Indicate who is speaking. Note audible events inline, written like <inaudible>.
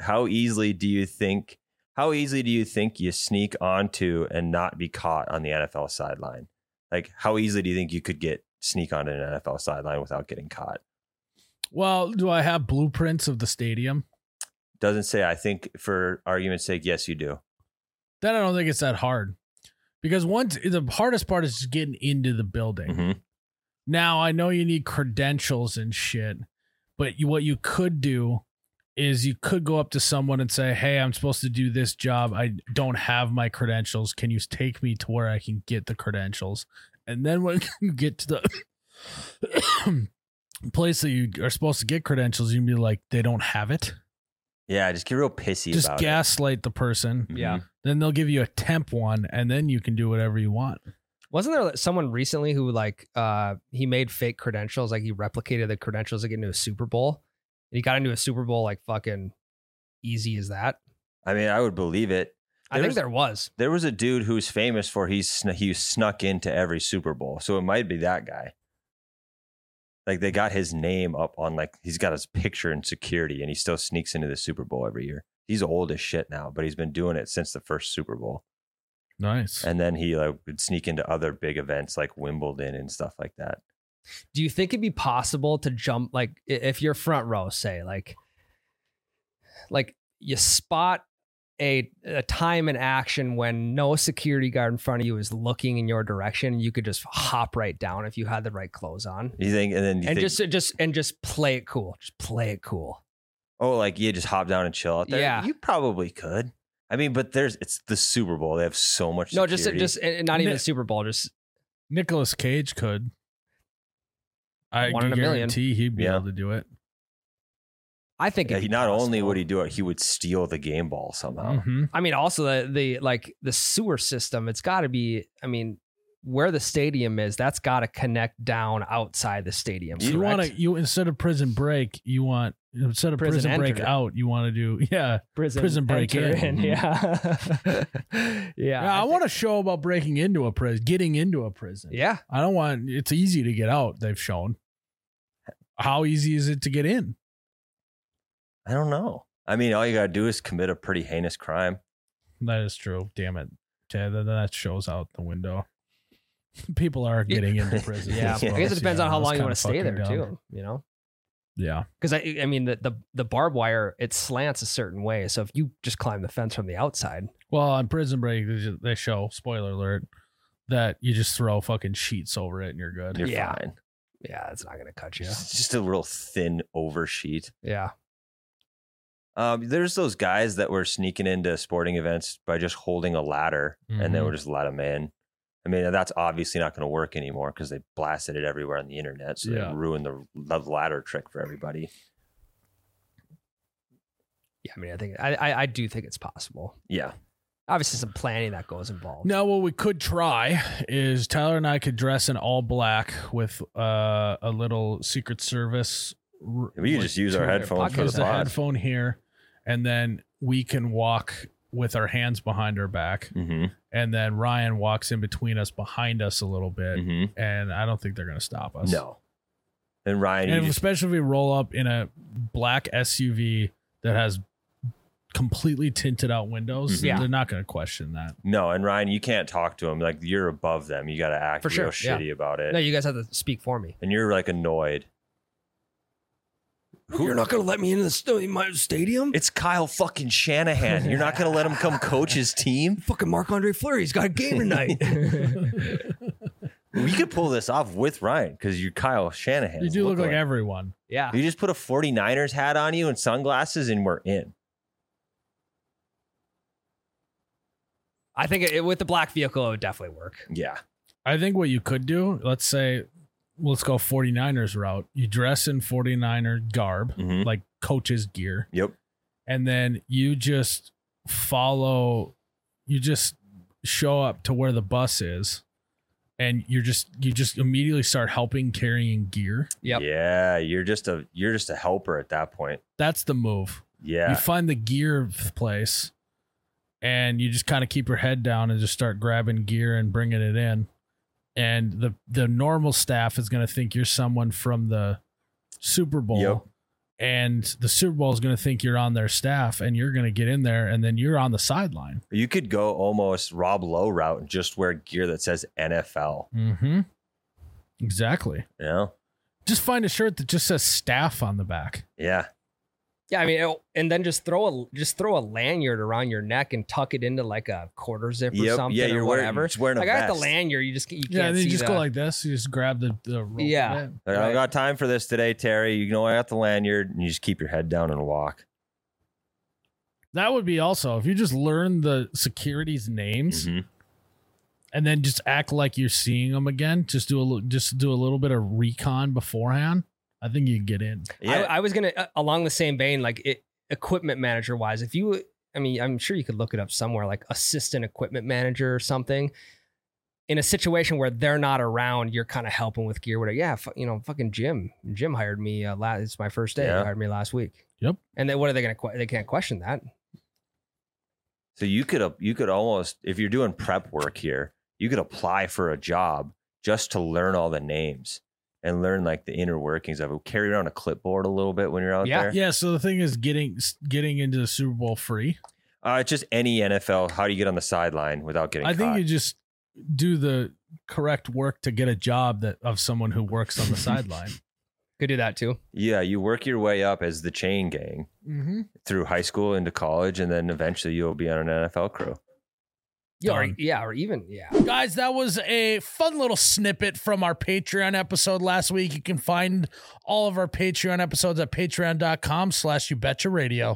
Speaker 1: how easily do you think how easily do you think you sneak onto and not be caught on the NFL sideline? Like how easily do you think you could get sneak onto an NFL sideline without getting caught?
Speaker 2: Well, do I have blueprints of the stadium?
Speaker 1: Doesn't say I think for argument's sake, yes you do.
Speaker 2: Then I don't think it's that hard. Because once the hardest part is just getting into the building.
Speaker 1: Mhm.
Speaker 2: Now I know you need credentials and shit, but you, what you could do is you could go up to someone and say, "Hey, I'm supposed to do this job. I don't have my credentials. Can you take me to where I can get the credentials?" And then when <laughs> you get to the <coughs> place that you are supposed to get credentials, you can be like, "They don't have it."
Speaker 1: Yeah, just get real pissy
Speaker 2: Just
Speaker 1: about it.
Speaker 2: gaslight the person.
Speaker 1: Mhm.
Speaker 3: Yeah.
Speaker 2: Then they'll give you a temp one, and then you can do whatever you want.
Speaker 3: Wasn't there like, someone recently who like uh he made fake credentials, like he replicated the credentials to get into a Super Bowl, and he got into a Super Bowl like fucking easy as that.
Speaker 1: Mm-hmm. I mean, I would believe it.
Speaker 3: I think
Speaker 1: There's-
Speaker 3: there was.
Speaker 1: There was a dude who's famous for he's sn- he snuck into every Super Bowl, so it might be that guy. Like they got his name up on like he's got his picture in security, and he still sneaks into the Super Bowl every year. He's old as shit now, but he's been doing it since the first Super Bowl.
Speaker 2: Nice.
Speaker 3: Uh,
Speaker 1: And then he like would sneak into other big events like Wimbledon and stuff like that.
Speaker 3: Do you think it'd be possible to jump like i- if you're front row, say like like you spot a a time in action when no security guard in front of you is looking in your direction, you could just hop right down if you had the right clothes on.
Speaker 1: You think, and then you
Speaker 3: And
Speaker 1: think,
Speaker 3: just just and just play it cool. Just play it cool.
Speaker 1: oh, like you just hop down and chill out there.
Speaker 3: Yeah.
Speaker 1: you probably could. I mean, but there's it's the Super Bowl. They have so much.
Speaker 3: No, just
Speaker 1: security.
Speaker 3: just and not even
Speaker 2: Nick-
Speaker 3: Super Bowl. Just
Speaker 2: Nicholas Cage could. I
Speaker 3: One in a million.
Speaker 2: guarantee he'd be
Speaker 1: Yeah.
Speaker 2: able to do it.
Speaker 3: I think
Speaker 1: Yeah,
Speaker 3: it'd
Speaker 1: he
Speaker 3: be
Speaker 1: not only
Speaker 3: possible.
Speaker 1: would he do it, he would steal the game ball somehow.
Speaker 2: Mhm.
Speaker 3: I mean, also the the like the sewer system. It's got to be. I mean, where the stadium is, that's got to connect down outside the stadium.
Speaker 2: So you
Speaker 3: correct?
Speaker 2: want to you instead of prison break, you want instead of
Speaker 3: Prison
Speaker 2: prison, break
Speaker 3: enter.
Speaker 2: out, you want to do <laughs> yeah. prison break
Speaker 3: enter
Speaker 2: in.
Speaker 3: <laughs> Yeah, yeah.
Speaker 2: yeah I,
Speaker 3: thi-
Speaker 2: want a show about breaking into a prison, getting into a prison.
Speaker 3: Yeah,
Speaker 2: I don't want. It's easy to get out. They've shown. How easy is it to get in?
Speaker 1: I don't know. I mean, all you gotta do is commit a pretty heinous crime.
Speaker 2: That is true. Damn it. Yeah, that, that shows out the window. <laughs> People are getting
Speaker 3: <laughs>
Speaker 2: into
Speaker 1: <laughs>
Speaker 2: prison.
Speaker 3: yeah. I guess it depends on how long you want to stay there too. You know,
Speaker 2: Yeah.
Speaker 3: because I, I mean, the, the the barbed wire it slants a certain way. So if you just climb the fence from the outside,
Speaker 2: Well, on Prison Break, they ju- they show spoiler alert that you just throw fucking sheets over it and you're good.
Speaker 1: You're
Speaker 3: Yeah.
Speaker 1: fine.
Speaker 3: yeah, it's not gonna cut you.
Speaker 1: It's just a real thin oversheet.
Speaker 3: Yeah,
Speaker 1: Um, there's those guys that were sneaking into sporting events by just holding a ladder and they
Speaker 3: Mm-hmm.
Speaker 2: Mhm.
Speaker 1: would just let them in. I mean, that's obviously not going to work anymore because they blasted it everywhere on the internet. So
Speaker 2: Yeah.
Speaker 1: they ruined the, the ladder trick for everybody.
Speaker 3: yeah. I mean, I think I I, I do think it's possible.
Speaker 1: Yeah.
Speaker 3: Obviously, some planning that goes involved.
Speaker 2: Now, what we could try is Tyler and I could dress in all black with uh, a little Secret Service. r-
Speaker 1: We could
Speaker 2: like,
Speaker 1: just use our
Speaker 2: to-
Speaker 1: headphones for
Speaker 2: use
Speaker 1: the pod.
Speaker 2: headphone here, and then we can walk with our hands behind our back,
Speaker 1: Mm
Speaker 2: and then Ryan walks in between us, behind us a little
Speaker 1: hmm.
Speaker 2: bit,
Speaker 1: Mm
Speaker 2: and I don't think they're gonna stop
Speaker 1: hmm.
Speaker 2: us.
Speaker 1: No. And Ryan, you
Speaker 2: and
Speaker 1: just,
Speaker 2: especially if we roll up in a black SUV that has completely tinted out windows,
Speaker 1: Mhm.
Speaker 3: Yeah.
Speaker 2: they're not going to question that.
Speaker 1: no, and Ryan, you can't talk to them. Like you're above them. You got to act
Speaker 3: For sure,
Speaker 1: real
Speaker 3: yeah.
Speaker 1: shitty about it.
Speaker 3: No, you guys have to speak for me.
Speaker 1: and you're like annoyed. Who-
Speaker 3: going to let me into the st- my stadium?
Speaker 1: It's Kyle fucking Shanahan. You're not gonna let him come coach his team.
Speaker 3: fucking Marc Andre Fleury's got a <laughs> game tonight.
Speaker 1: We could pull this off with Ryan because you're Kyle Shanahan.
Speaker 2: You do look, like everyone.
Speaker 3: yeah.
Speaker 1: you just put a 49ers hat on you and sunglasses, and we're in.
Speaker 3: I think it, with the black vehicle, it would definitely work.
Speaker 1: Yeah,
Speaker 2: I think what you could do, let's say, let's go 49ers route. You dress in 49er garb,
Speaker 1: Mhm.
Speaker 2: like coach's gear,
Speaker 1: yep.
Speaker 2: and then you just follow, you just show up to where the bus is. And you're just you just immediately start helping carrying gear.
Speaker 3: Yep.
Speaker 1: Yeah, you're just a you're just a helper at that point.
Speaker 2: That's the move.
Speaker 1: Yeah,
Speaker 2: you find the gear f- place and you just kind of keep your head down and just start grabbing gear and bringing it in and the the normal staff is going to think you're someone from the super bowl
Speaker 1: Yep.
Speaker 2: and the Super Bowl is going to think you're on their staff and you're going to get in there and then you're on the sideline.
Speaker 1: You could go almost Rob Lowe route and just wear gear that says NFL.
Speaker 2: Mm-hmm. Exactly.
Speaker 1: You know?
Speaker 2: Just find a shirt that just says staff on the back.
Speaker 1: Yeah.
Speaker 3: Yeah, I mean, it'll- and then just throw a just throw a lanyard around your neck and tuck it into like a quarter zip or
Speaker 1: Yep.
Speaker 3: something
Speaker 1: Yeah, you're
Speaker 3: or
Speaker 1: wearing,
Speaker 3: whatever.
Speaker 1: just wearing a
Speaker 3: Like I got the
Speaker 1: vest.
Speaker 3: lanyard, you just you can't
Speaker 2: Yeah, and then you
Speaker 3: see
Speaker 2: just
Speaker 3: the,
Speaker 2: go like this. You just grab the the roll.
Speaker 3: Yeah.
Speaker 1: Like, I
Speaker 3: Right.
Speaker 1: don't got time for this today, Terry. You know, I got the lanyard and you just keep your head down and walk.
Speaker 2: That would be also if you just learn the security's names
Speaker 1: Mhm.
Speaker 3: Mm-hmm.
Speaker 2: and then just act like you're seeing them again. Just do a little, just do a little bit of recon beforehand. I think you can get in.
Speaker 1: Yeah.
Speaker 3: I, I was gonna uh, along the same vein, like it, equipment manager wise. If you, I mean, I'm sure you could look it up somewhere, like assistant equipment manager or something. In a situation where they're not around, you're kind of helping with gear. Whatever, yeah, fu- you know, fucking Jim. Jim hired me. Uh, last, it's my first day. He
Speaker 1: Yeah.
Speaker 3: hired me last week.
Speaker 2: Yep.
Speaker 3: And then what are they gonna? Que- they can't question that.
Speaker 1: So you could ap- you could almost if you're doing prep work here, you could apply for a job just to learn all the names and learn like the inner workings of it. Carry around a clipboard a little bit when you're out
Speaker 3: Yeah.
Speaker 1: there.
Speaker 2: Yeah. So the thing is getting getting into the Super Bowl free.
Speaker 1: Uh, it's just any NFL. How do you get on the sideline without getting?
Speaker 2: I think
Speaker 1: caught?
Speaker 2: you just do the correct work to get a job that of someone who works on the sideline.
Speaker 3: Could do that too.
Speaker 1: yeah, you work your way up as the chain gang
Speaker 2: <laughs> Mm-hmm.
Speaker 1: through high school into college, and then eventually you'll be on an NFL crew.
Speaker 3: Yeah, or,
Speaker 2: Done.
Speaker 3: yeah, or even yeah.
Speaker 2: Guys, that was a fun little snippet from our Patreon episode last week. You can find all of our Patreon episodes at patreon.com slash you betcha radio.